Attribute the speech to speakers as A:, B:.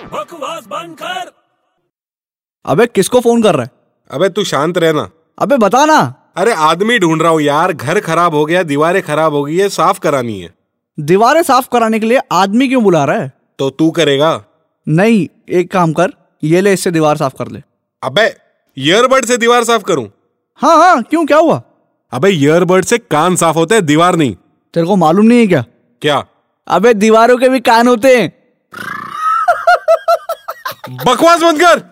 A: आवाज बंद कर
B: अबे किसको फोन कर रहा है
C: अबे तू शांत रहना
B: अबे बता ना
C: अरे आदमी ढूंढ रहा हूँ यार घर खराब हो गया दीवारें खराब हो गई है साफ करानी है
B: दीवारें साफ कराने के लिए आदमी क्यों बुला रहा है
C: तो तू करेगा
B: नहीं एक काम कर ये ले इससे दीवार साफ कर ले
C: अबे ईयरबड से दीवार साफ करूं
B: हाँ हाँ क्यों क्या हुआ
C: अबे ईयरबड से कान साफ होते हैं दीवार नहीं
B: तेरे को मालूम नहीं है क्या
C: क्या
B: अबे दीवारों के भी कान होते हैं
C: बकवास मत कर